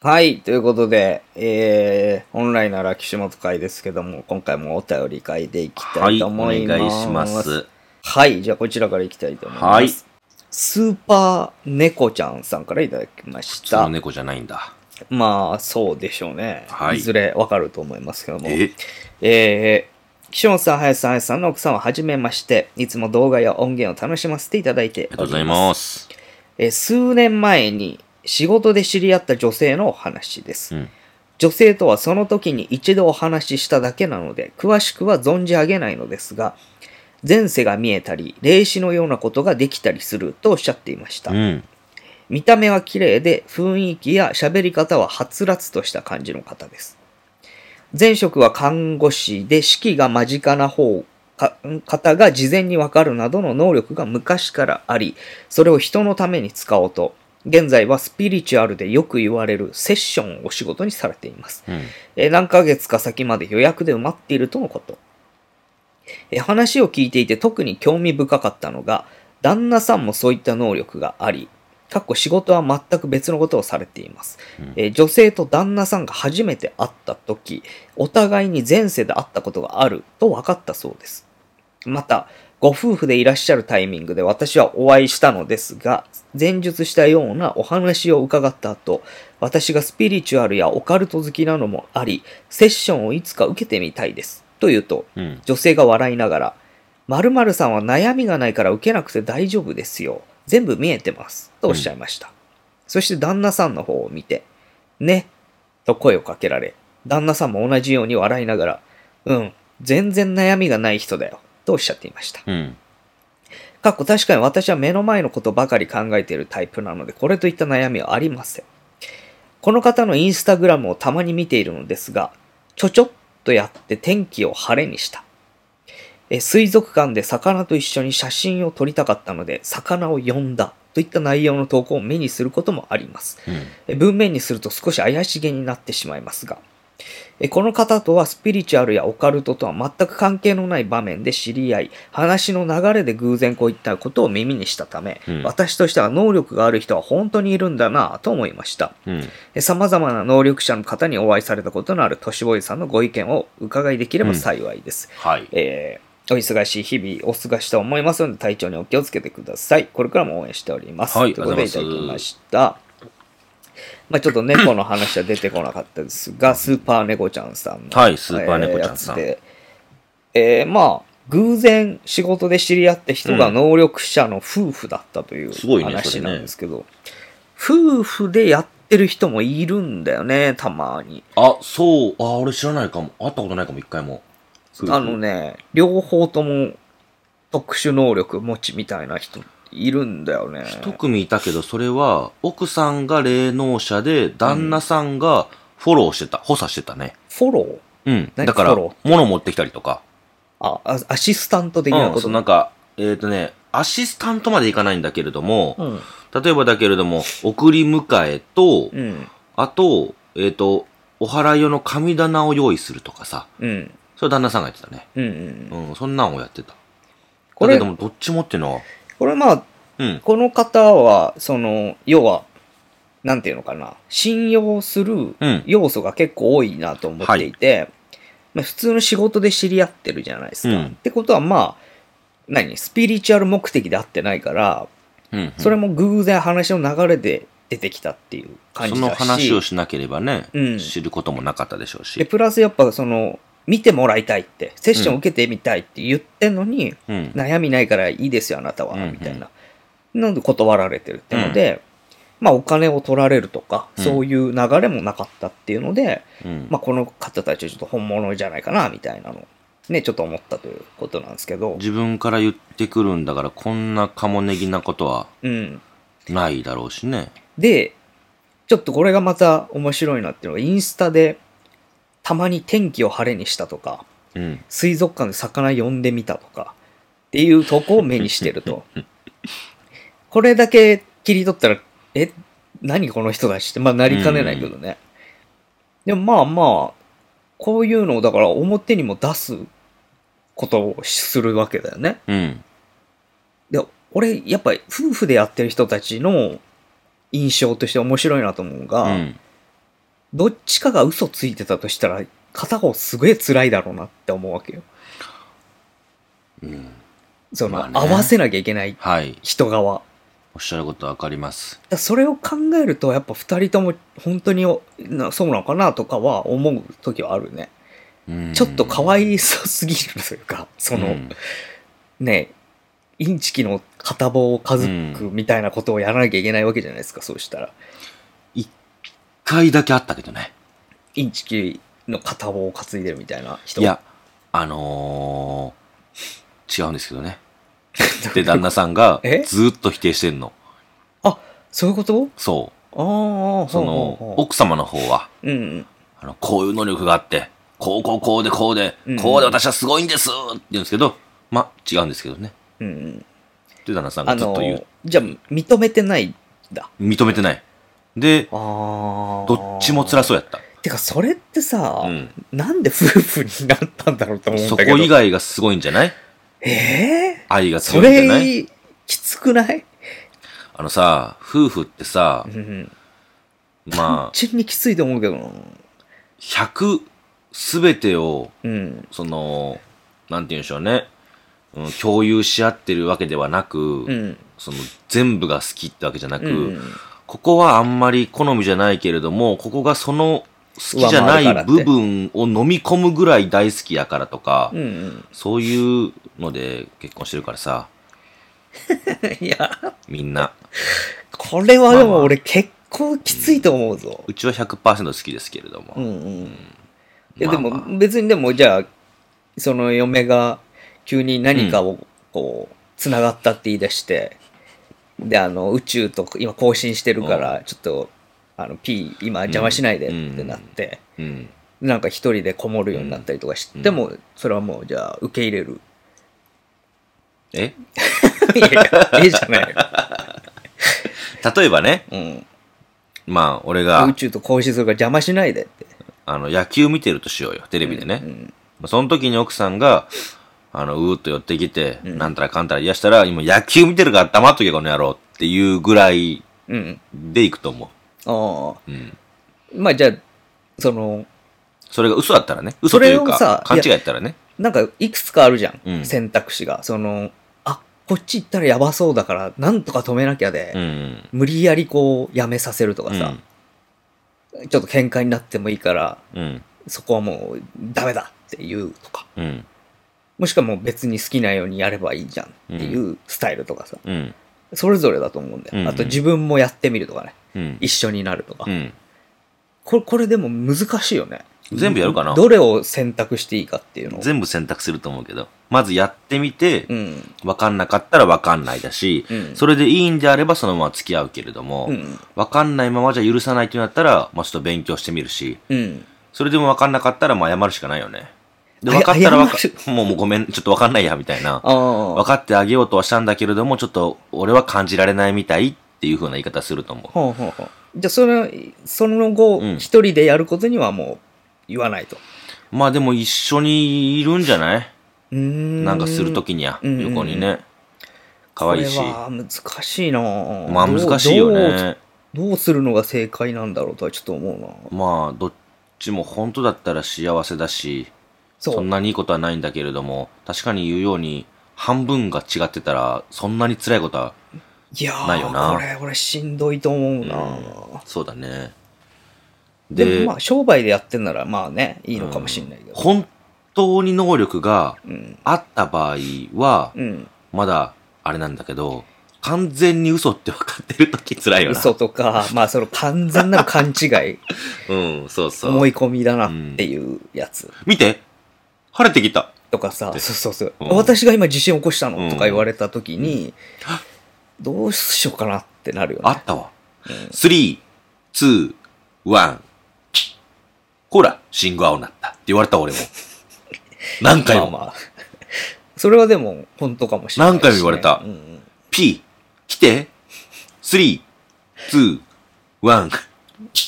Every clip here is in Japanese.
はい。ということで、えー、本来なら岸本会ですけども、今回もお便り会でいきたいと思います。お願いします。はい。じゃあ、こちらからいきたいと思います。はいスーパー猫ちゃんさんからいただきまし普通のた。猫じゃないんだ。まあ、そうでしょうね。はいいずれわかると思いますけども。ええー、岸本さん、林さん、林さんの奥さんははじめまして、いつも動画や音源を楽しませていただいて。ありがとうございますす。えー数年前に仕事で知り合った女性のお話です。うん女性とはその時に一度お話ししただけなので、詳しくは存じ上げないのですが、前世が見えたり、霊視のようなことができたりするとおっしゃっていました。うん。見た目は綺麗で雰囲気や喋り方ははつらつとした感じの方です。前職は看護師で士気が間近な方か方が事前にわかるなどの能力が昔からあり、それを人のために使おうと、現在はスピリチュアルでよく言われるセッションをお仕事にされています。うん。えー何ヶ月か先まで予約で埋まっているとのこと。えー話を聞いていて特に興味深かったのが、旦那さんもそういった能力があり、かっこ仕事は全く別のことをされています、うんえー女性と旦那さんが初めて会った時、お互いに前世で会ったことがあると分かったそうです。また、ご夫婦でいらっしゃるタイミングで私はお会いしたのですが、前述したようなお話を伺った後、私がスピリチュアルやオカルト好きなのもあり、セッションをいつか受けてみたいです。と言うと、うん。女性が笑いながら、〇〇さんは悩みがないから受けなくて大丈夫ですよ。全部見えてます。とおっしゃいました。そして旦那さんの方を見て、ね、と声をかけられ、旦那さんも同じように笑いながら、うん、全然悩みがない人だよ。とおっしゃっていました。うん。かっこ確かに私は目の前のことばかり考えているタイプなので、これといった悩みはありません。この方のインスタグラムをたまに見ているのですが、ちょちょっとやって天気を晴れにした。え水族館で魚と一緒に写真を撮りたかったので、魚を呼んだといった内容の投稿を目にすることもあります。うん。え文面にすると少し怪しげになってしまいますが、えこの方とはスピリチュアルやオカルトとは全く関係のない場面で知り合い、話の流れで偶然こういったことを耳にしたため、うん私としては能力がある人は本当にいるんだなぁと思いました。うん。え様々な能力者の方にお会いされたことのあるトシボーイさんのご意見を伺いできれば幸いです。はい。えーお忙しい日々お過ごしと思いますので体調にお気をつけてください。これからも応援しております。はいということであいりがただとうござきいまました。まあちょっと猫の話は出てこなかったですが、スーパー猫ちゃんさんの、はいスーパー猫ちゃんさんえーやつでえーまあ、偶然仕事で知り合った人がうん能力者の夫婦だったというすごいねそ話れねなんですけど、夫婦でやってる人もいるんだよね、たまに。あ、そう。あ、俺知らないかも。会ったことないかも、一回も。あのね、両方とも特殊能力持ちみたいな人いるんだよね。一組いたけど、それは、奥さんが霊能者で、旦那さんがフォローしてた。補佐してたね。フォローうん。何だから、フォロ物持ってきたりとか。ああ、アシスタント的なうん。こそと。う、なんか、えっとね、アシスタントまでいかないんだけれども、うん。例えばだけれども、送り迎えと、うん。あと、えっ、と、お祓い用の神棚を用意するとかさ、うん。それ旦那さんがやってたね。うんうん。うん、そんなんをやってた。こだれ、けども、どっちもっていうのは、これまあ、うん、この方は、その、要は、なんていうのかな、信用するうん要素が結構多いなと思っていて、まあ、普通の仕事で知り合ってるじゃないですか。うんってことはまあ、何スピリチュアル目的で会ってないから、うん、うんそれも偶然話の流れで出てきたっていう感じだし。その話をしなければね、うん知ることもなかったでしょうで、し。プラスやっぱその、見てもらいたいって、セッション受けてみたいって言ってんのに、うん、悩みないからいいですよ、あなたは、うんうんみたいな。なんで断られてるってので、まあお金を取られるとか、うんそういう流れもなかったっていうので、うん、まあこの方たちはちょっと本物じゃないかな、みたいなの。ね、ちょっと思ったということなんですけど、自分から言ってくるんだから、こんなカモネギなことはうん。ないだろうしね。で、ちょっとこれがまた面白いなっていうのが、インスタで、たまに天気を晴れにしたとか、うん、水族館で魚呼んでみたとかっていうとこを目にしてると。これだけ切り取ったら、え、何この人たちって、まあなりかねないけどね。でもまあまあ、こういうのをだから表にも出すことをするわけだよね。うん、で、俺、やっぱり夫婦でやってる人たちの印象として面白いなと思うのが、うん、どっちかが嘘ついてたとしたら、片方すげえ辛いだろうなって思うわけよ。うん。その、まあね合わせなきゃいけないはい。人側。おっしゃることわかります。だからそれを考えると、やっぱ二人とも本当におなそうなのかなとかは思う時はあるね。うんちょっとかわいそうすぎるというか、その、うんね、インチキの片棒を家族みたいなことをやらなきゃいけないわけじゃないですか、そうしたら。一回だけあったけどね。インチキの片棒を担いでるみたいな人。いや、あのー違うんですけ どね。で、旦那さんがえずーっと否定してんの。そういうことそああ、う。そほうほうの、ほ奥様の方は、う、うんあの、こういう能力があって、こうこうこうでこうでうん、こうで私はすごいんですって言うんですけど、ま、違うんですけどね。うん、うんうん。で、旦那さんあがずっのと言う。、じゃあ、認めてないんだ。認めてない。で、ああ。どっちも辛そうやった。てか、それってさ、うん。なんで夫婦になったんだろうと思うんそだこけど。以外がすごいんじゃないええ愛がそ強いんじゃないれ、きつくないあのさ、夫婦ってさう、ん。単まあ、純にきついと思うけどな。 100すべてを、うん。その、なんて言うんでしょうね、うん、共有し合ってるわけではなうく、ん。その全部が好きってわけじゃなく、うんここはあんまり好みじゃないけれども、ここがその好きじゃな上回るからいって部分を飲み込むぐらい大好きやからとか、うんうん。そういうので結婚してるからさ、いや、みんな。これはでまあまあも俺結構きついと思うぞ。うちは100%好きですけれども。うんうん。いやまであまあも別にでもじゃあ、その嫁が急に何かをこう、つながったって言い出して、で、あの、宇宙と今更新してるから、ちょっと、あの、P、今邪魔しないでってなって、うん。なんか一人でこもるようになったりとかしても、それはもうじゃあ受け入れる。 えいやいや、ええじゃないよ。例えばね、うん。まあ、俺が宇、宙と交信するから邪魔しないでって。あの、野球見てるとしようよ、テレビでね。うん。まあその時に奥さんが、あの、うーっと寄ってきて、うんなんたらかんたら癒したら、今野球見てるから黙っとけ、この野郎っていうぐらいうん。でいくと思ああ。う。うん。まあじゃあ、その、それが嘘だったらね。嘘というそれをさか、勘違いやったらね。なんかいくつかあるじゃん、うん選択肢が。その、あ、こっち行ったらやばそうだから、なんとか止めなきゃで、うん。無理やりこう、やめさせるとかさ、ちょっと喧嘩になってもいいから、うん。そこはもう、ダメだっていうとか、うん。もしくはもう別に好きなようにやればいいじゃんっていうスタイルとかさ、うん。それぞれだと思うんだよ。うんうんあと自分もやってみるとかね、うん。一緒になるとか。うん。これ、これでも難しいよね。全部やるかなどれを選択していいかっていうのを。全部選択すると思うけど、まずやってみて、うん。わかんなかったらわかんないだし、うんそれでいいんであればそのまま付き合うけれども、うん。わかんないままじゃ許さないってなったら、まあ、ちょっと勉強してみるし、うん。それでもわかんなかったら、まあ、謝るしかないよね。で、あわかったらわか謝、もうもうごめん、ちょっとわかんないや、みたいな。ああ。分かってあげようとはしたんだけれども、ちょっと俺は感じられないみたいっていう風な言い方すると思う。ほうほうほうじゃあそのその後うん一人でやることにはもう言わないとまあでも一緒にいるんじゃないななんかするときには、うんうんうん横にね。可愛いしこ。れは難しいなぁまあ難しいよどうどうね。どうするのが正解なんだろうとはちょっと思うなまあ、どっちも本当だったら幸せだし、そうそんなにいいことはないんだけれども、確かに言うように、半分が違ってたら、そんなに辛いことは、いやーないよなこれ俺しんどいと思うなうんぁそうだね。でもまあ商売でやってんならまあねいいのかもしれないけうんど本当に能力がうんあった場合は、うんまだ、あれなんだけど、完全に嘘って分かってるとき辛いよな。嘘とかまあその完全なる勘違いうん、そう そう。思い込みだなっていうやつ見て晴れてきたとかさ、でそうそうそう、うん私が今地震起こしたうのんとか言われた時に、どうしようかなってなるよね。あったわ。3、2、1。ほら、信号青になった。って言われ た俺も。何回まあも。まあ。 それはでも本当かもしれないしね、何回も言われたうんうん、 P、来て。3、2、1。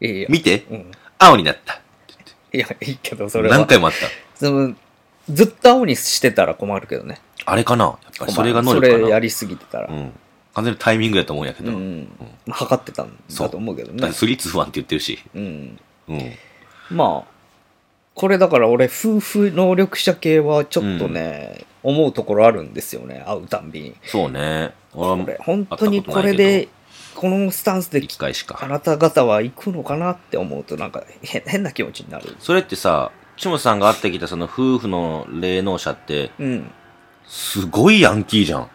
いやいや。見てうん。青になった。いや、いいけど、それは何。回もあった。そのずっと青にしてたら困るけどね。あれかなやっぱりそれが能困力るそれかやな。りすぎてたら。うん。完全にタイミングやと思うんやけうど。ん。まあ測ってたんだと思うけどだっねて。スリーツーワンって言ってるし。うん。うん。まあ、これだから俺、夫婦能力者系はちょっとね、思うところあるんですよね、会うたんびに。そうね。俺こもれ、本当にこれ会っで、このスタンスで一回しあか。なた方は行くのかなって思うと、なんか変変な気持ちになる。それってさ、チムさんが会ってきたその夫婦の霊能者って、うん。すごいヤンキーじゃん。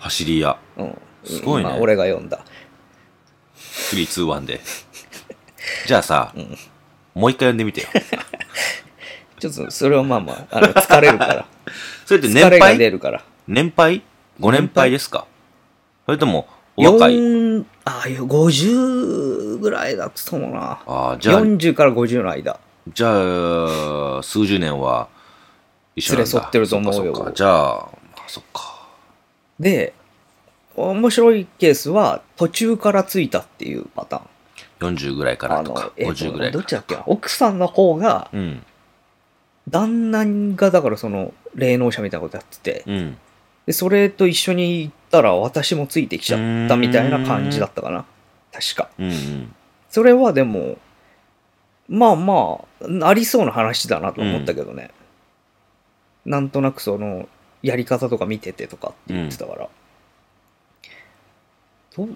走り屋。うん。すごいね今俺が読んだ。スリーツーワ ンで。じゃあさ、んもう一回読ん でみてよ。ちょっとそれはまあまあ、あの疲れるから。それって 年疲れが配出るから。年配ご年配ですかそれとも、お若い4、ああいう50ぐらいだと思うな。ああ、じゃあ、 40から50の間。じゃあ、数十年は一緒な連んだ。れ添ってると思うよそっかそっかじゃあ、あそっか。で、面白いケースは途中からついたっていうパターン。 40ぐらいからあとのか、、えっと50ぐらいかどっら。ちだっけな奥さんの方が、うん。旦那がだからその霊能者みたいなことやってて、うん。でそれと一緒に行ったら私もついてきちゃったみたいな感じだったかな。確か。うんうん。それはでも、まあまあ、ありそうな話だなと思ったけどね。なんとなくその、やり方とか見ててとかって言ってたから。どう、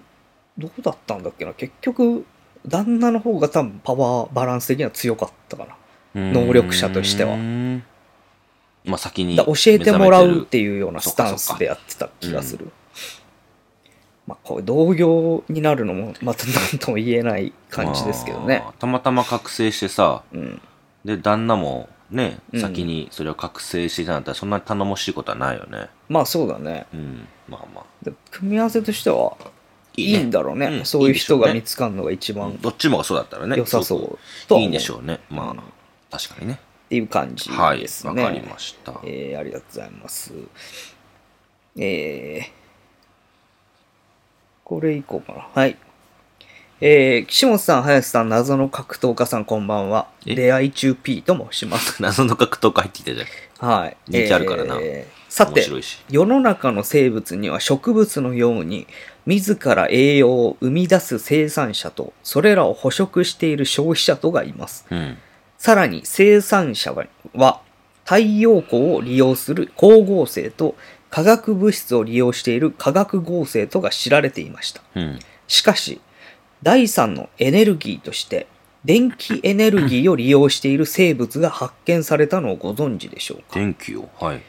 どうだったんだっけな結局、旦那の方が多分パワーバランス的には強かったかな。能力者としてはうん。まあ、先にだ教えてもら目うっ覚めていうようなスタンそっかそっスかでやってた気がする。まあ、こう同業になるのも、また何とも言えない感じですけどねま。あたまたま覚醒してさ、うん。で、旦那もね、うん先にそれを覚醒してたんだったら、そんなに頼もしいことはないよね。まあそうだね。うん。まあまあ。で組み合わせとしては、いいんだろうね。うんそういう人いがいでしょうね見つかるのが一番どっちもがそうだったらね。良さそすごくうとは思ういいんでしょうね。まうんっあ、確かにね。ていう感じはでい。すわね。かりました。えーありがとうございます。えーこれいこうかな。はい。えー岸本さん、林さん、謎の格闘家さん、こんばんは。え出会い中 P と申します。謎の格闘家入ってきたじゃん。はい。人気あるからなえーさ面て、白いし。世の中の生物には植物のように自ら栄養を生み出す生産者とそれらを捕食している消費者とがいますうん。さらに生産者は太陽光を利用する光合成と化学物質を利用している化学合成とが知られていましたうん。しかし第三のエネルギーとして電気エネルギーを利用している生物が発見されたのをご存知でしょうか電気を。はい。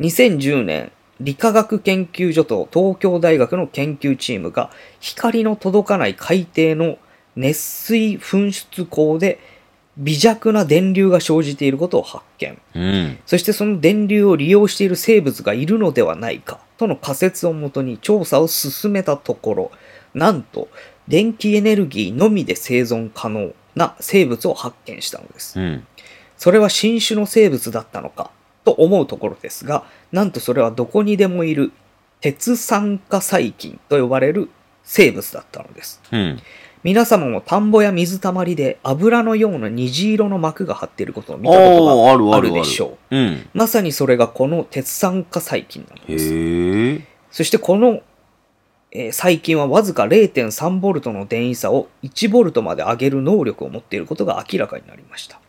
2010年、理化学研究所と東京大学の研究チームが光の届かない海底の熱水噴出口で微弱な電流が生じていることを発見。うん。そしてその電流を利用している生物がいるのではないかとの仮説をもとに調査を進めたところ、なんと電気エネルギーのみで生存可能な生物を発見したのです。うん。それは新種の生物だったのかと思うところですが、なんとそれはどこにでもいる鉄酸化細菌と呼ばれる生物だったのです。うん。皆様も田んぼや水たまりで油のような虹色の膜が張っていることを見たことおーあるがああるるあるでしょう。うん。まさにそれがこの鉄酸化細菌なのです。へえ。そしてこの、えー細菌はわずか0.3ボルトの電位差を1ボルトまで上げる能力を持っていることが明らかになりました。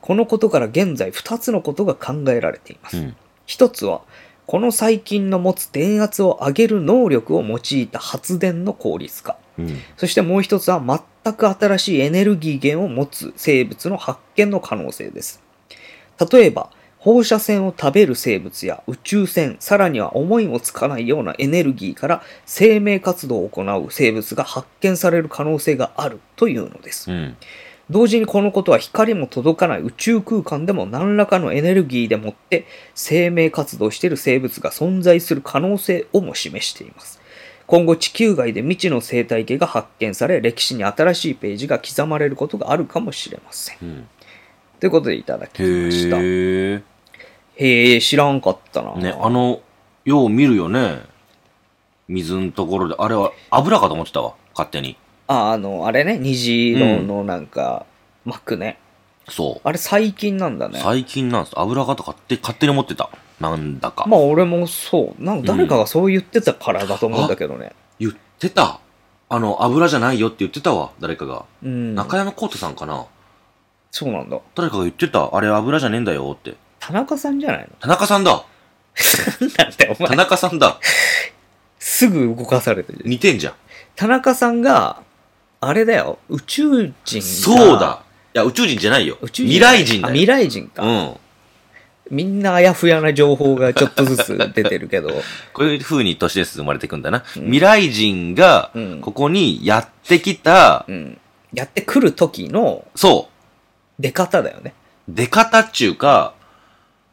このことから現在2つのことが考えられていまうす。ん。 1つは、この細菌の持つ電圧を上げる能力を用いた発電の効率化。うん。そしてもう1つは、全く新しいエネルギー源を持つ生物の発見の可能性です。例えば、放射線を食べる生物や宇宙船、さらには思いもつかないようなエネルギーから生命活動を行う生物が発見される可能性があるというのです。うん。同時にこのことは光も届かない宇宙空間でも何らかのエネルギーでもって生命活動している生物が存在する可能性をも示しています。今後地球外で未知の生態系が発見され歴史に新しいページが刻まれることがあるかもしれません。うん。ということでいただきました。へへえ。え、知らんかったな。ね、あの、よう見るよね。水のところで、あれは油かと思ってたわ。勝手に。ああの、あれね、虹色のなんか、膜ね。そう。あれ最近なんだね。最近なんです。油がとかって勝手に持ってた。なんだか。まあ俺もそう。なんか誰かがそう言ってたからだと思うんだけどね。言ってた。あの、油じゃないよって言ってたわ、誰かが。うん。中山浩太さんかなそうなんだ。誰かが言ってた。あれ油じゃねえんだよって。田中さんじゃないの田中さんだなんだよ、お田前。中さんだすぐ動かされてる。似てんじゃん。田中さんが、あれだよ、宇宙人がそう。だいや、宇宙人じゃないよ。宇宙未来人あだよ。未来人か、うん。みんなあやふやな情報がちょっとずつ出てるけど。 こういう風に都市伝説生まれていくんだな。うん未来人がうん、ここにやってきた、うん。やってくる時のそ出方だよね。う、出方っちゅうか、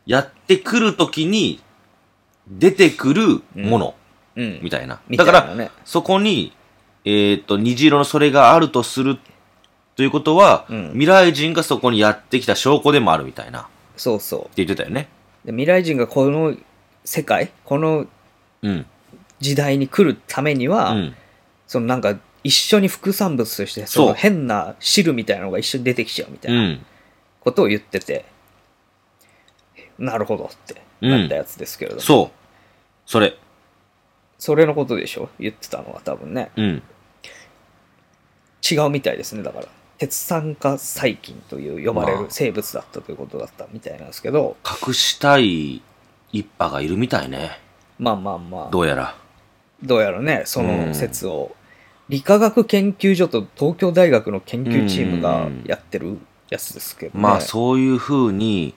やってくる時に出てくるもの、うん。みたいな。みただいかなら、ね。そこに、えっ、と、虹色のそれがあるとする、ということは、うん未来人がそこにやってきた証拠でもあるみたいな、ってそうそ言ってたよね。う。で未来人がこの世界、このうん。時代に来るためには、うん。そのなんか一緒に副産物として、そう。その変な汁みたいなのが一緒に出てきちゃうみたいうなんことを言ってて、なるほどってうんなったやつですけれども、そう。それ。それのことでしょ言ってたのは多分ね。うん。違うみたいですねだから鉄酸化細菌という呼ばれまある生物だったということだったみたいなんですけど、隠したい一派がいるみたいね。まあまあまあどうやら。どうやらねそうんの説を理化学研究所と東京大学の研究チームがやってるやつですけど、ね、まあそういうふうに、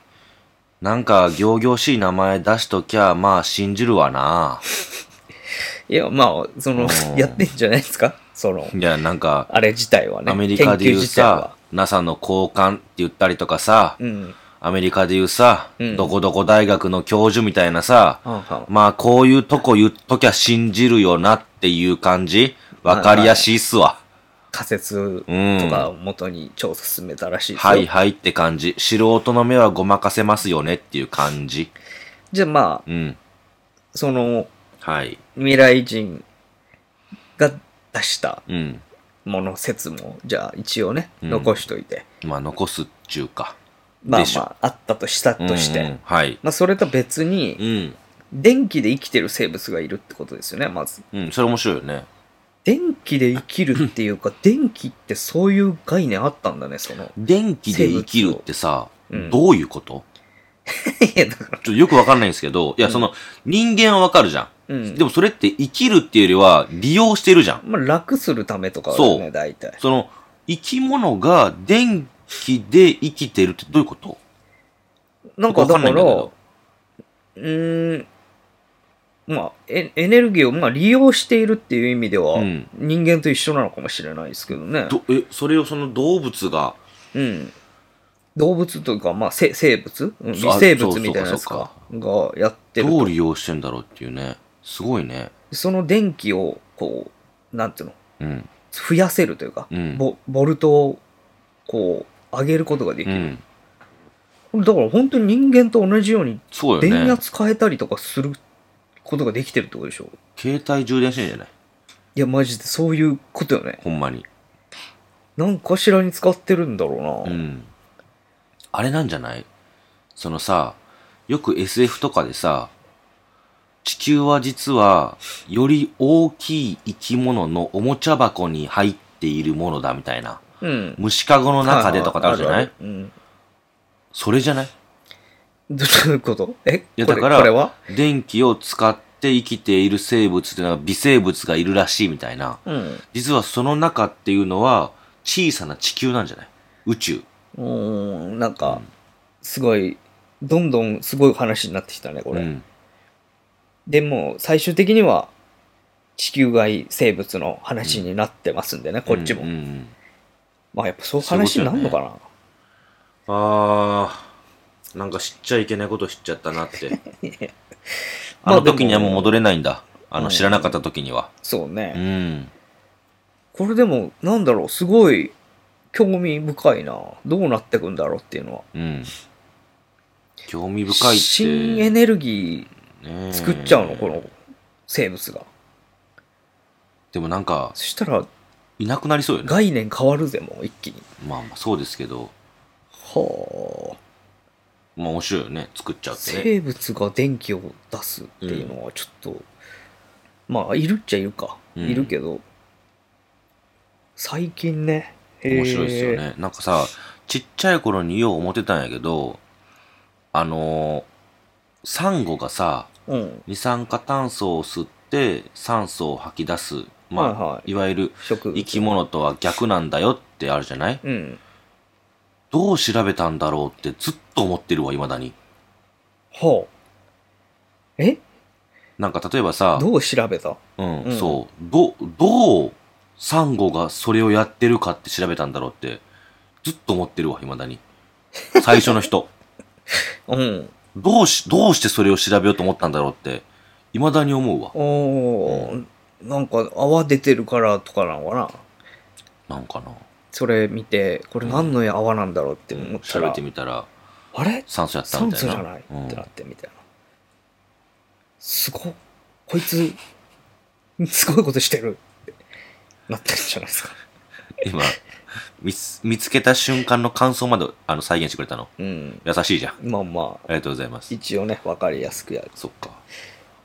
なんか行々しい名前出しときゃ、まあ信じるわな。いやまあそのうんやってんじゃないですかその いや、なんか、あれ自体はねアメリカで研言究う自体さは、 NASA の交換って言ったりとかさ、うんアメリカで言うさ、うんどこどこ大学の教授みたいなさ、はんはんまあこういうとこ言っときゃ信じるよなっていう感じ、わかりやすいっすわ。仮説うん。とかを元に調査進めたらしいですよ、はいはいって感じ。素人の目はごまかせますよねっていう感じ。じゃあまあうん。そのはい。未来人が出したうん。もの説もじゃあ一応ねうん残しといて、まあ残すっちゅうか。まあでしょまああったとしたとして、うんうんはい。まあ、それと別うにん。電気で生きてる生物がいるってことですよねまずうん。それ面白いよね。電気で生きるっていうか電気ってそういう概念あったんだねそ の電気で生きるってさ、生物をうんどういうこといやだからちょっとよくわかんないんですけど、いや、うんその、人間はわかるじゃん。うんでもそれって生きるっていうよりは利用してるじゃん。まあ楽するためとかだよそうね大体その、生き物が電気で生きてるってどういうことなんかだからわかんないんだけどうーんまあエエネルギーをまあ利用しているっていう意味では、うん人間と一緒なのかもしれないですけどねどえ、それをその動物が、うん、動物というか、まあ、せ生物、うん、そうあ微生物みたいなやつそうかかがやってるどとう利用してんだろうっていうね。すごいね。その電気をこうなんていうのうん。増やせるというか、うんボボルトをこう上げることができうる、ん。だから本当に人間と同じようにそうよね。電圧変えたりとかすることができてるってことでしょ携帯充電してんじゃないいやマジでそういうことよねほんまに。何かしらに使ってるんだろううな、ん。あれなんじゃないそのさ、よく SF とかでさ、地球は実は、より大きい生き物のおもちゃ箱に入っているものだみたいな。うん、虫かごの中でとかってあるじゃないるあるうん、それじゃないどういうことえこやれだからこれは電気を使って生きている生物っていうのは微生物がいるらしいみたいな。うん実はその中っていうのは、小さな地球なんじゃない宇宙。うーん、なんか、すごい、どんどんすごい話になってきたね、これ。うん。でも、最終的には、地球外生物の話になってますんでね、こっちも。うんうんうんまあ、やっぱそういう話になるのかな。あー、なんか知っちゃいけないこと知っちゃったな って。まああの時にはもう戻れないんだ。あうの、ん知らなかった時には。そうね。うん。これでも、なんだろう、すごい、興味深いな。どうなってくんだろうっていうのは。うん。興味深いって。新エネルギー作っちゃうの、ねこの生物が。でもなんか、そしたら、いなくなりそうよね。概念変わるぜ、もう、一気に。まあまあ、そうですけど。ほう。まあ面白いよね。作っちゃうってね。生物が電気を出すっていうのはちょっと、まあいるっちゃいるか、うんいるけど最近ね面白いですよね。なんかさ、ちっちゃい頃によう思ってたんやけど、あのーサンゴがさ、へーうん二酸化炭素を吸って酸素を吐き出す。まあ、はいいはいわゆる植物生き物とは逆なんだよってあるじゃないうんどう調べたんだろうってずっと思ってるわ、未だに。ほうえなんか例えばさ、どう調べたうん、うんそう。ど、どう、サンゴがそれをやってるかって調べたんだろうって、ずっと思ってるわ、未だに。最初の人。うんどうし、どうしてそれを調べようと思ったんだろうって、未だに思うわ。おー、なんか泡出てるからとかなのかななんかな。それ見てこれ何の泡なんだろうって思った調べら、てみたら、あれ酸素やった酸みたい素な。じゃない、うんってなってみたいなすごっこいつすごいことしてるってなってるじゃないですか今、見つ、見つけた瞬間の感想まで、あの、再現してくれたの。うん優しいじゃん。あまあまありがとうございます。一応ね分かりやすくやるそっか。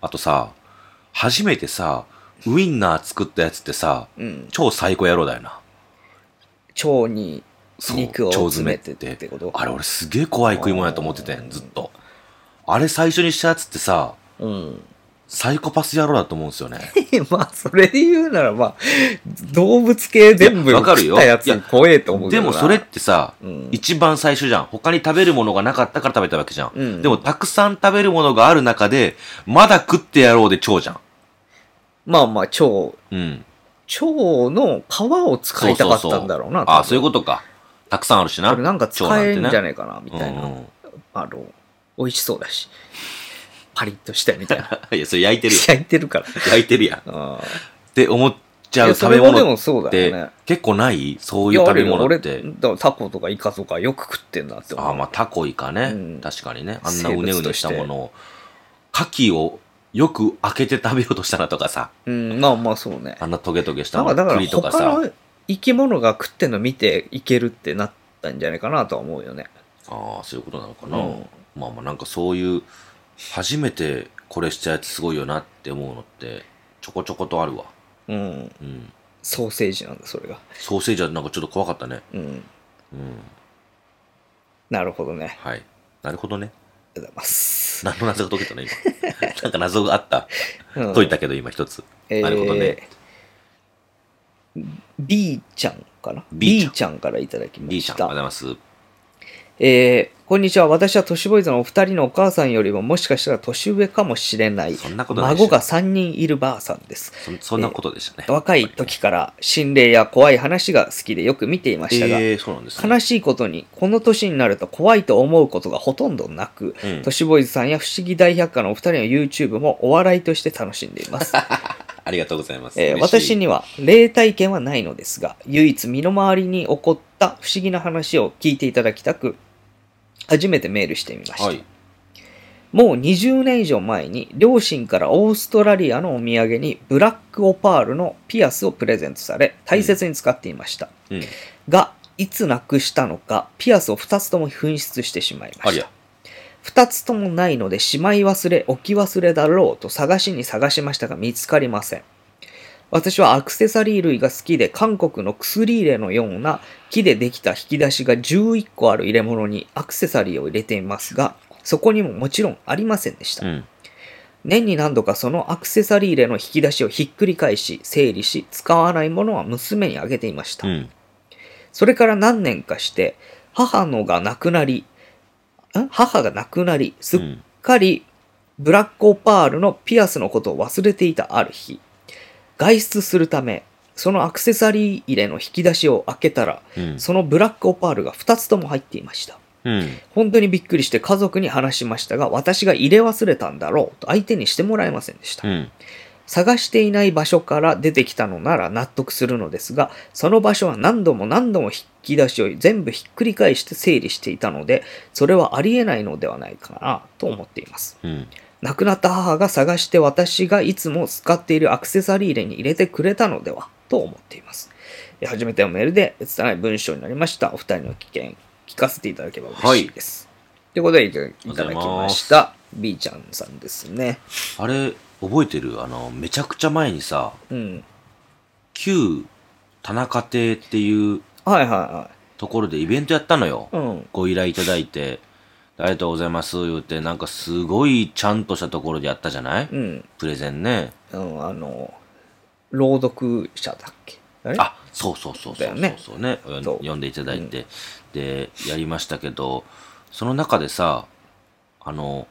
あとさ、初めてさ、ウインナー作ったやつってさ、うん超最高野郎だよな。腸にそう肉を腸詰詰めめっててってことあれ俺すげえ怖い食い物やと思っててん、ずっと。あれ最初にしたやつってさ、うんサイコパス野郎だと思うんですよね。まあそれで言うならまあ動物系全部いやわかる食っよたやつ怖えと思うけでどなもそれってさ、うん一番最初じゃん。他に食べるものがなかったから食べたわけじゃん。うんでもたくさん食べるものがある中で、まだ食ってやろうで腸じゃん。まあまあ腸腸うん。の皮を使いたかったんだろうなああ、そういうこことか。たくさんあるしな。となんか使えるんじゃねないかなみうたいな、ん あの、美味しそうだし、パリッとしたいみ たいな。うん。いや、それ焼いてるよ。焼いてるから。 焼いてるやん。っあて思っちあ。ゃいうや食そべれもで物もっそうだよてね。結構ないそういいうや、食あべるよ物俺、っだて。からタコとかイカとかよく食ってんなって思う。ああ、まあタコイカね、うん確かにね。あんな生うね物うねとししたてものを。牡蠣をよく開けて食べようとしたなとかさ。うん、まあまあそうねあ。んなトゲトゲしたなんかのだから栗とかさ他。の生き物が食ってんの見ていけるってなったんじゃないかなとは思うよね。ああ、そういうことなのかな。うんまあまあなんかそういう、初めてこれしたやつすごいよなって思うのって、ちょこちょことあるわ。うん。うん。ソーセージなんだ、それが。ソーセージはなんかちょっと怖かったね。うん。うん。なるほどね。ありはい。なるほどね。がとうございます。何の謎が解けたの今。 なんか謎があった。うん解いたけど今一つ。えーなるほどね。 B ちゃんかな B ?B ちちゃゃんんからいただきま B しちゃん、ありがとうござた。います。えー、こんにちは。私は都市ボーイズのお二人のお母さんよりももしかしたら年上かもしれない。そんなことないでしょ孫が3人いるばあさんです。そそんなことでしたね。若い時から心霊や怖い話が好きでよく見ていましたが、えー、そうなんですね。悲しいことに、この年になると怖いと思うことがほとんどなく、うん都市ボーイズさんや不思議大百科のお二人の YouTube もお笑いとして楽しんでいます。ありがとうございます。えー嬉しい私には霊体験はないのですが、唯一身の回りに起こった不思議な話を聞いていただきたく、初めてメールしてみました。はい。もう20年以上前に両親からオーストラリアのお土産にブラックオパールのピアスをプレゼントされ、大切に使っていました。うん。が、いつなくしたのか、ピアスを2つとも紛失してしまいまあしりたゃ。。 2つともないのでしまい忘れ置き忘れだろうと探しに探しましたが見つかりません私はアクセサリー類が好きで韓国の薬入れのような木でできた引き出しが11個ある入れ物にアクセサリーを入れていますがそこにももちろんありませんでした、うん。年に何度かそのアクセサリー入れの引き出しをひっくり返し整理し使わないものは娘にあげていました、うん。それから何年かして、母のが亡くなり、ん母が亡くなり、すっかりブラックオパールのピアスのことを忘れていたある日、外出するため、そのアクセサリー入れの引き出しを開けたら、うん。そのブラックオパールが2つとも入っていました。うん。本当にびっくりして家族に話しましたが、私が入れ忘れたんだろうと相手にしてもらえませんでしたう。ん。探していない場所から出てきたのなら納得するのですが、その場所は何度も何度も引き出しを全部ひっくり返して整理していたので、それはありえないのではないかなと思っています。うん。亡くなった母が探して私がいつも使っているアクセサリー入れに入れてくれたのではと思っています。え初めてのメールで拙い文章になりました。お二人の危険聞かせていただければ嬉しいです。ということでいただきいただきました。B ちゃんさんですね。あれ、覚えてるあの、めちゃくちゃ前にさ、うん。旧田中亭っていうはいはところでイベントやったのよ。いはい。うん。ご依頼いただいて、ありがとうございます、言って、なんかすごいちゃんとしたところでやったじゃないうん。プレゼンね。うん、あの、朗読者だっけあれあ、そうそうそうそうだそようねそうね。よんそう読んでいただいて、で、やりましたけど、その中でさ、あの、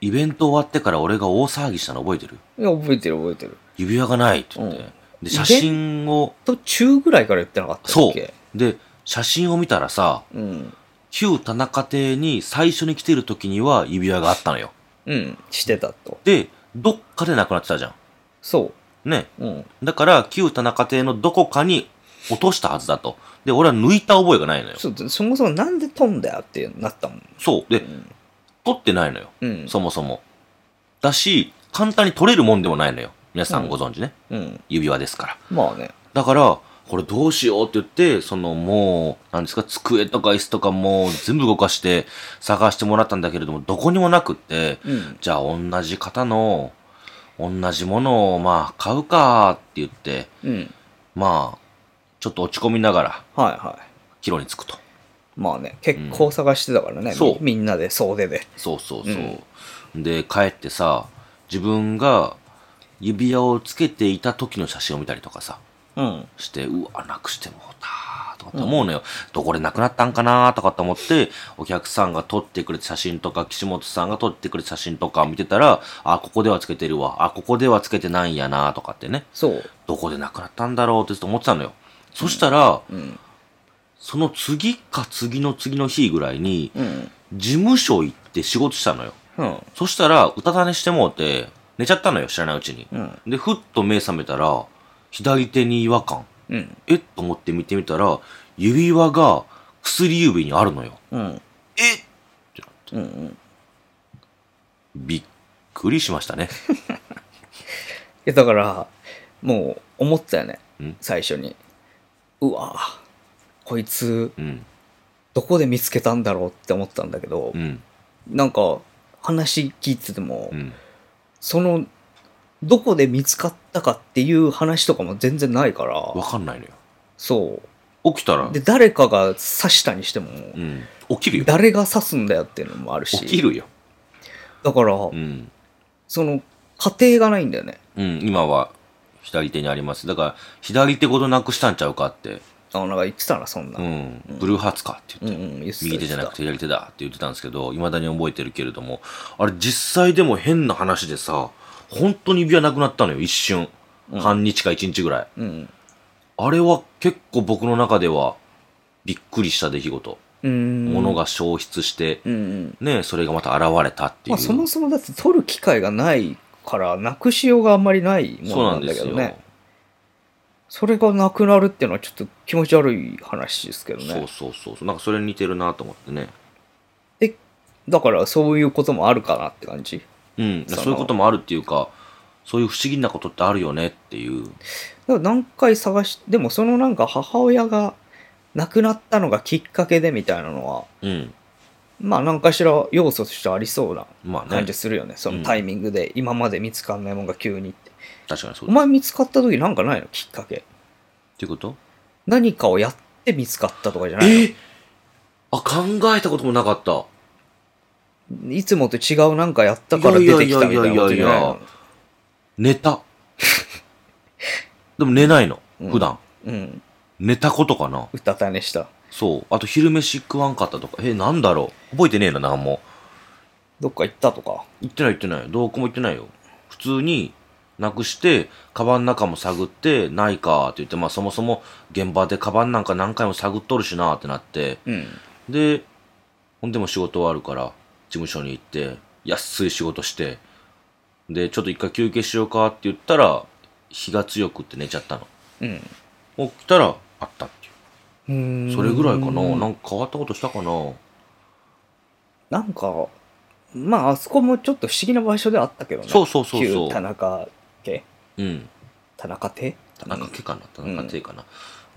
イベント終わってから俺が大騒ぎしたの覚えてるいや覚えてる覚えてる。指輪がないって言って。うんで、写真を、途中ぐらいから言ってなかったっそけう。で、写真を見たらさ、そう。うん。旧田中邸に最初に来てる時には指輪があったのよ。うん。してたと。で、どっかでなくなってたじゃそん。ね。う。うん。だから、旧田中邸のどこかに落としたはずだと。で、俺は抜いた覚えがないのよ。そうそもそもなんで飛んだよってなったもん。そう。うで、ん。取ってないのよ。うん。そもそも。だし、簡単に取れるもんでもないのよ。皆さうんんご存知ね。うん。指輪ですから。まあね。だから、これどうしようって言って、そのもう、なんですか、机とか椅子とかもう全部動かして探してもらったんだけれども、どこにもなくって、うん。じゃあ同じ型の、同じものをまあ買うかって言って、うん。まあ、ちょっと落ち込みながら、はいはい。帰路に着くと。まあね、結構探してたからね、うんそうみみんなで総出で。そうそうそう。で、帰ってさ、自分が指輪をつけていた時の写真を見たりとかさ、うん。して、うわ、なくしてもうたーとかって思うのよ。どこでなくなったんかなーとかって思って、お客さんが撮ってくれた写真とか、岸本さんが撮ってくれた写真とか見てたら、あ、ここではつけてるわ。あ、ここではつけてないんやなーとかってね。そう。どこでなくなったんだろうってずっと思ってたのよ。そしたら、うん。その次か次の次の日ぐらいに、うん。事務所行って仕事したのよ。うん。そしたら、うたた寝してもうて、寝ちゃったのよ、知らないうちに。うん。で、ふっと目覚めたら、左手に違和感。うん。えっと思って見てみたら、指輪が薬指にあるのよ。うん。えっうん。びっくりしましたね。いやだから、もう思ったよねん、最初に。うわぁこいつ、うん、どこで見つけたんだろうって思ったんだけどう、ん、なんか、話聞いてても、うん。その、どこで見つかったかっていう話とかも全然ないから、わかんないのよ。そ起きたらう。で、、誰かが刺したにしても、うん、起きるよ。誰が刺すんだよっていうのもあるし、起きるよ。だから、うん、その、家庭がないんだよね。うん、今は左手にあります。だから、左手ごとなくしたんちゃうかって。あ、なんか言ってたな、そんな。ううんん、ブルーハーツかって言って。うん、言ってた。右手じゃなくて。て左手だって言ってたんですけど、未だに覚えてるけれども、あれ実際でも変な話でさ、本当に指輪なくなったのよ、一瞬。半日か一日ぐらい。うん。あれは結構僕の中ではびっくりした出来事。うん。物。が消失して、うんうん。ね、それがまた現れたっていまう。あ、そもそもだって取る機会がないから、なくしようがあんまりないもそうのななんんでだけすどよ。ね。それがなくなるっていうのはちょっと気持ち悪い話ですけどそうね。そうそうそう。なんかそれに似てるなと思ってね。え、だからそういうこともあるかなって感じ。うん。そのそういうこともあるっていうか、そういう不思議なことってあるよねっていう。だから何回探し、でもそのなんか母親が亡くなったのがきっかけでみたいなのは、うん。まあ何かしら要素としてありそうなまあ感ねじ。するよね。そのタイミングで今まで見つかんないもんが急にって。確かにそうおだ。っ前見つかった時なんかないのきっかけ。ていうこと何かをやって見つかったとかじゃないのえあ、考えたこともなかった。いつもと違うなんかやったから出てきたみたいなことじゃないやいやいやいやいやの寝た。 でも寝ないの。普段。うん。寝たことかな。うたた寝した。そう。あと昼飯食わんかったとか。え、なんだろう。覚えてねえな、なんも。どっか行ったとか。行ってない行ってない。どこも行ってないよ。普通に、なくして、カバンの中も探って、ないかって言って、まあそもそも現場でカバンなんか何回も探っとるしなってなって。うん。で、ほんでも仕事終わるから、事務所に行って、安い仕事して、で、ちょっと一回休憩しようかって言ったら、日が強くって寝ちゃったの。うん。起きたら、あったっていうーう。んそれぐらいかな。なんか変わったことしたかな。なんか、まあ、あそこもちょっと不思議な場所ではあったけどね。そうそうそうそう旧田中家、うん。田中邸田中家かな、田中邸かな。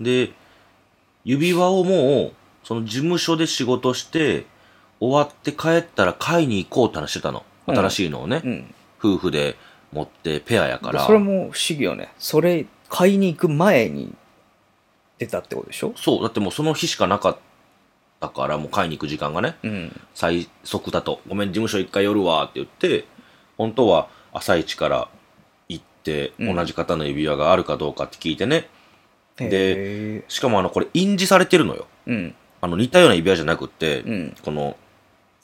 で、指輪をもう、その事務所で仕事して、終わって帰ったら買いに行こうって話してたの。うん新しいのをね、うん。夫婦で持ってペアやから。それも不思議よね。それ、買いに行く前に出たってことでしょそう、だってもうその日しかなかったから、もう買いに行く時間がね、うん。最速だと。ごめん、事務所一回寄るわって言って、本当は朝一から行って、うん同じ方の指輪があるかどうかって聞いてね。で、しかもあの、これ印字されてるのよ。うん。あの、似たような指輪じゃなくって、うん。この、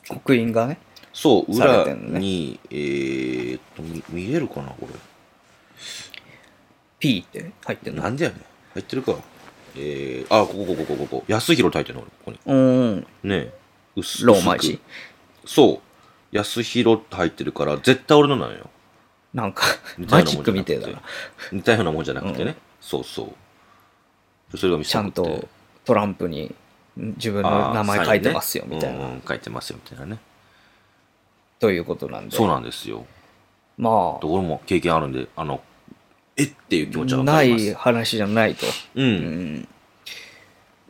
刻印がね。そう、され裏てんのねに、えーっと見、見れるかな、これ。 P って入ってんのなんでやねん。入ってるか。えー、あ、ここ、ここ、ここ、ここ。安い広入ってるの、俺ここに。うん。ねえ。薄くローマ字。そう。安弘って入ってるから、絶対俺のなのよ。なんか、似たよマうなジもんじゃなくてックみてえだな。似たようなもんじゃなくてね。そうそう。それが見せちゃたくんてとトランプに自分の名前書いてますよ、みたい。あーサインねな。うんうん書いてますよ、みたいなね。ということなんで。そうなんですよ。まあど、こも経験あるんで、あの、えっていう気持ちはわかなります。い話じゃないと。う。うんん。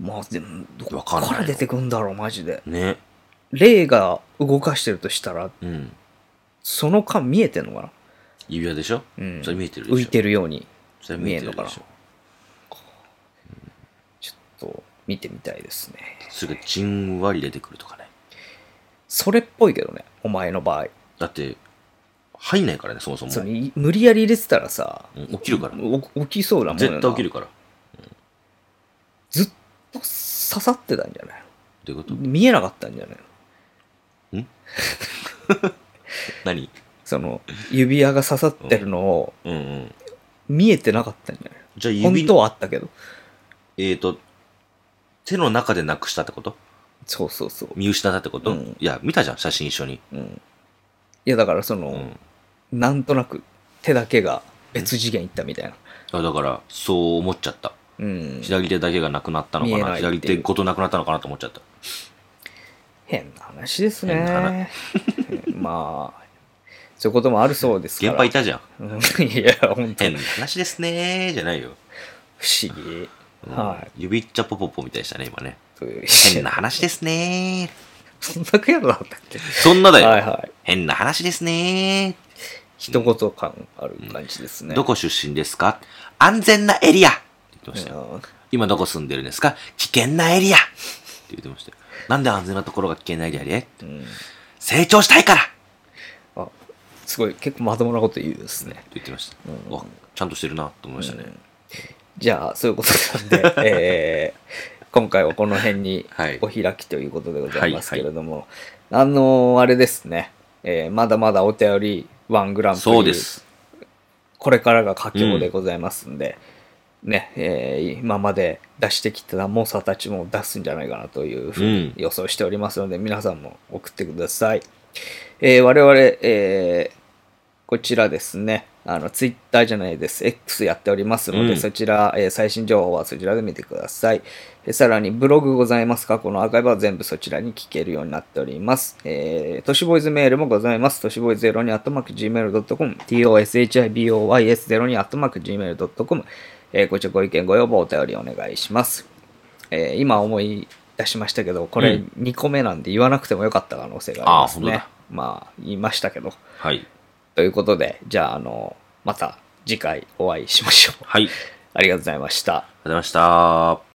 まあ、でも、どわこかんないから出てくんだろう、マジで。ね。霊が動かしてるとしたら、うん。その間見えてんのかな指輪でしょうんそれ見えてるでしょ浮いてるように、それ見えて見えるんでのしかょちょっと見てみたいですね。それがじんわり出てくるとかね。それっぽいけどね、お前の場合。だって、入んないからね、そもそも。それい無理やり入れてたらさ、うん起きるから。お起きそうだもんよな絶対起きるから。ずっと刺さってたんじゃないどういうことの見えなかったんじゃないの何その指輪が刺さってるのをうんうん。見えてなかったんじゃないじゃあの本指当はあったけど。えっ、と、手の中でなくしたってことそうそうそう。見失ったってこと、うんいや、見たじゃん、写真一緒に。うん、いやだからそうの、ん。なんとなく手だけが別次元行ったみたいな。あだから、そう思っちゃった。うん、左手だけがなくなったのか見えな、ないっていう左手ごとなくなったのかなと思っちゃった。変な話です変なね。 まあ、そう いうこともあるそうですから。現場いたじゃん。うんいや、本当変にな話ですねー、じゃないよ。不思議。うんはい。指っちゃぽぽぽみたいでしたね、今ね。という変な話ですねそんなくやろだったっけー。そんなだよ。はいはい。変な話ですね一言感ある感じですー。ね。どこ出身ですか安全なエリアって言ってましたよ。うん今どこ住んでるんですか危険なエリアって言ってましたよ。なんで安全なところが危険なエリアでうん成長したいからってあすごい、結構まともなこと言うですね。言ってました。うんわちゃんとしてるなと思いましたね。うんじゃあ、そういうことなんで、えー今回はこの辺にはいお開きということでございますけれども、あのーあれですね、えーまだまだお便りワングランプそうでリ、す。これからが佳境でございますんで、ね、えー今まで出してきた猛者たちも出すんじゃないかなというふうに予想しておりますので、皆さんも送ってください。えー我々、えーこちらですね、あの、ツイッターじゃないです、X やっておりますので、うんそちら、えー最新情報はそちらで見てください。えーさらに、ブログございます過去のアーカイブは全部そちらに聞けるようになっております。えー、都市ボーイズメールもございます。都市ボーイズ02 gmail.com、toshiboys02 gmail.com、えーごちょご意見、ご要望、お便りお願いします。えー今思い出しましたけど、こうれん2個目なんで言わなくてもよかった可能性がありますあーね本。まあ、言いましたけど。はい。ということで、じゃあ、あの、また次回お会いしましょう。はい。ありありがとがとううございました。ございました。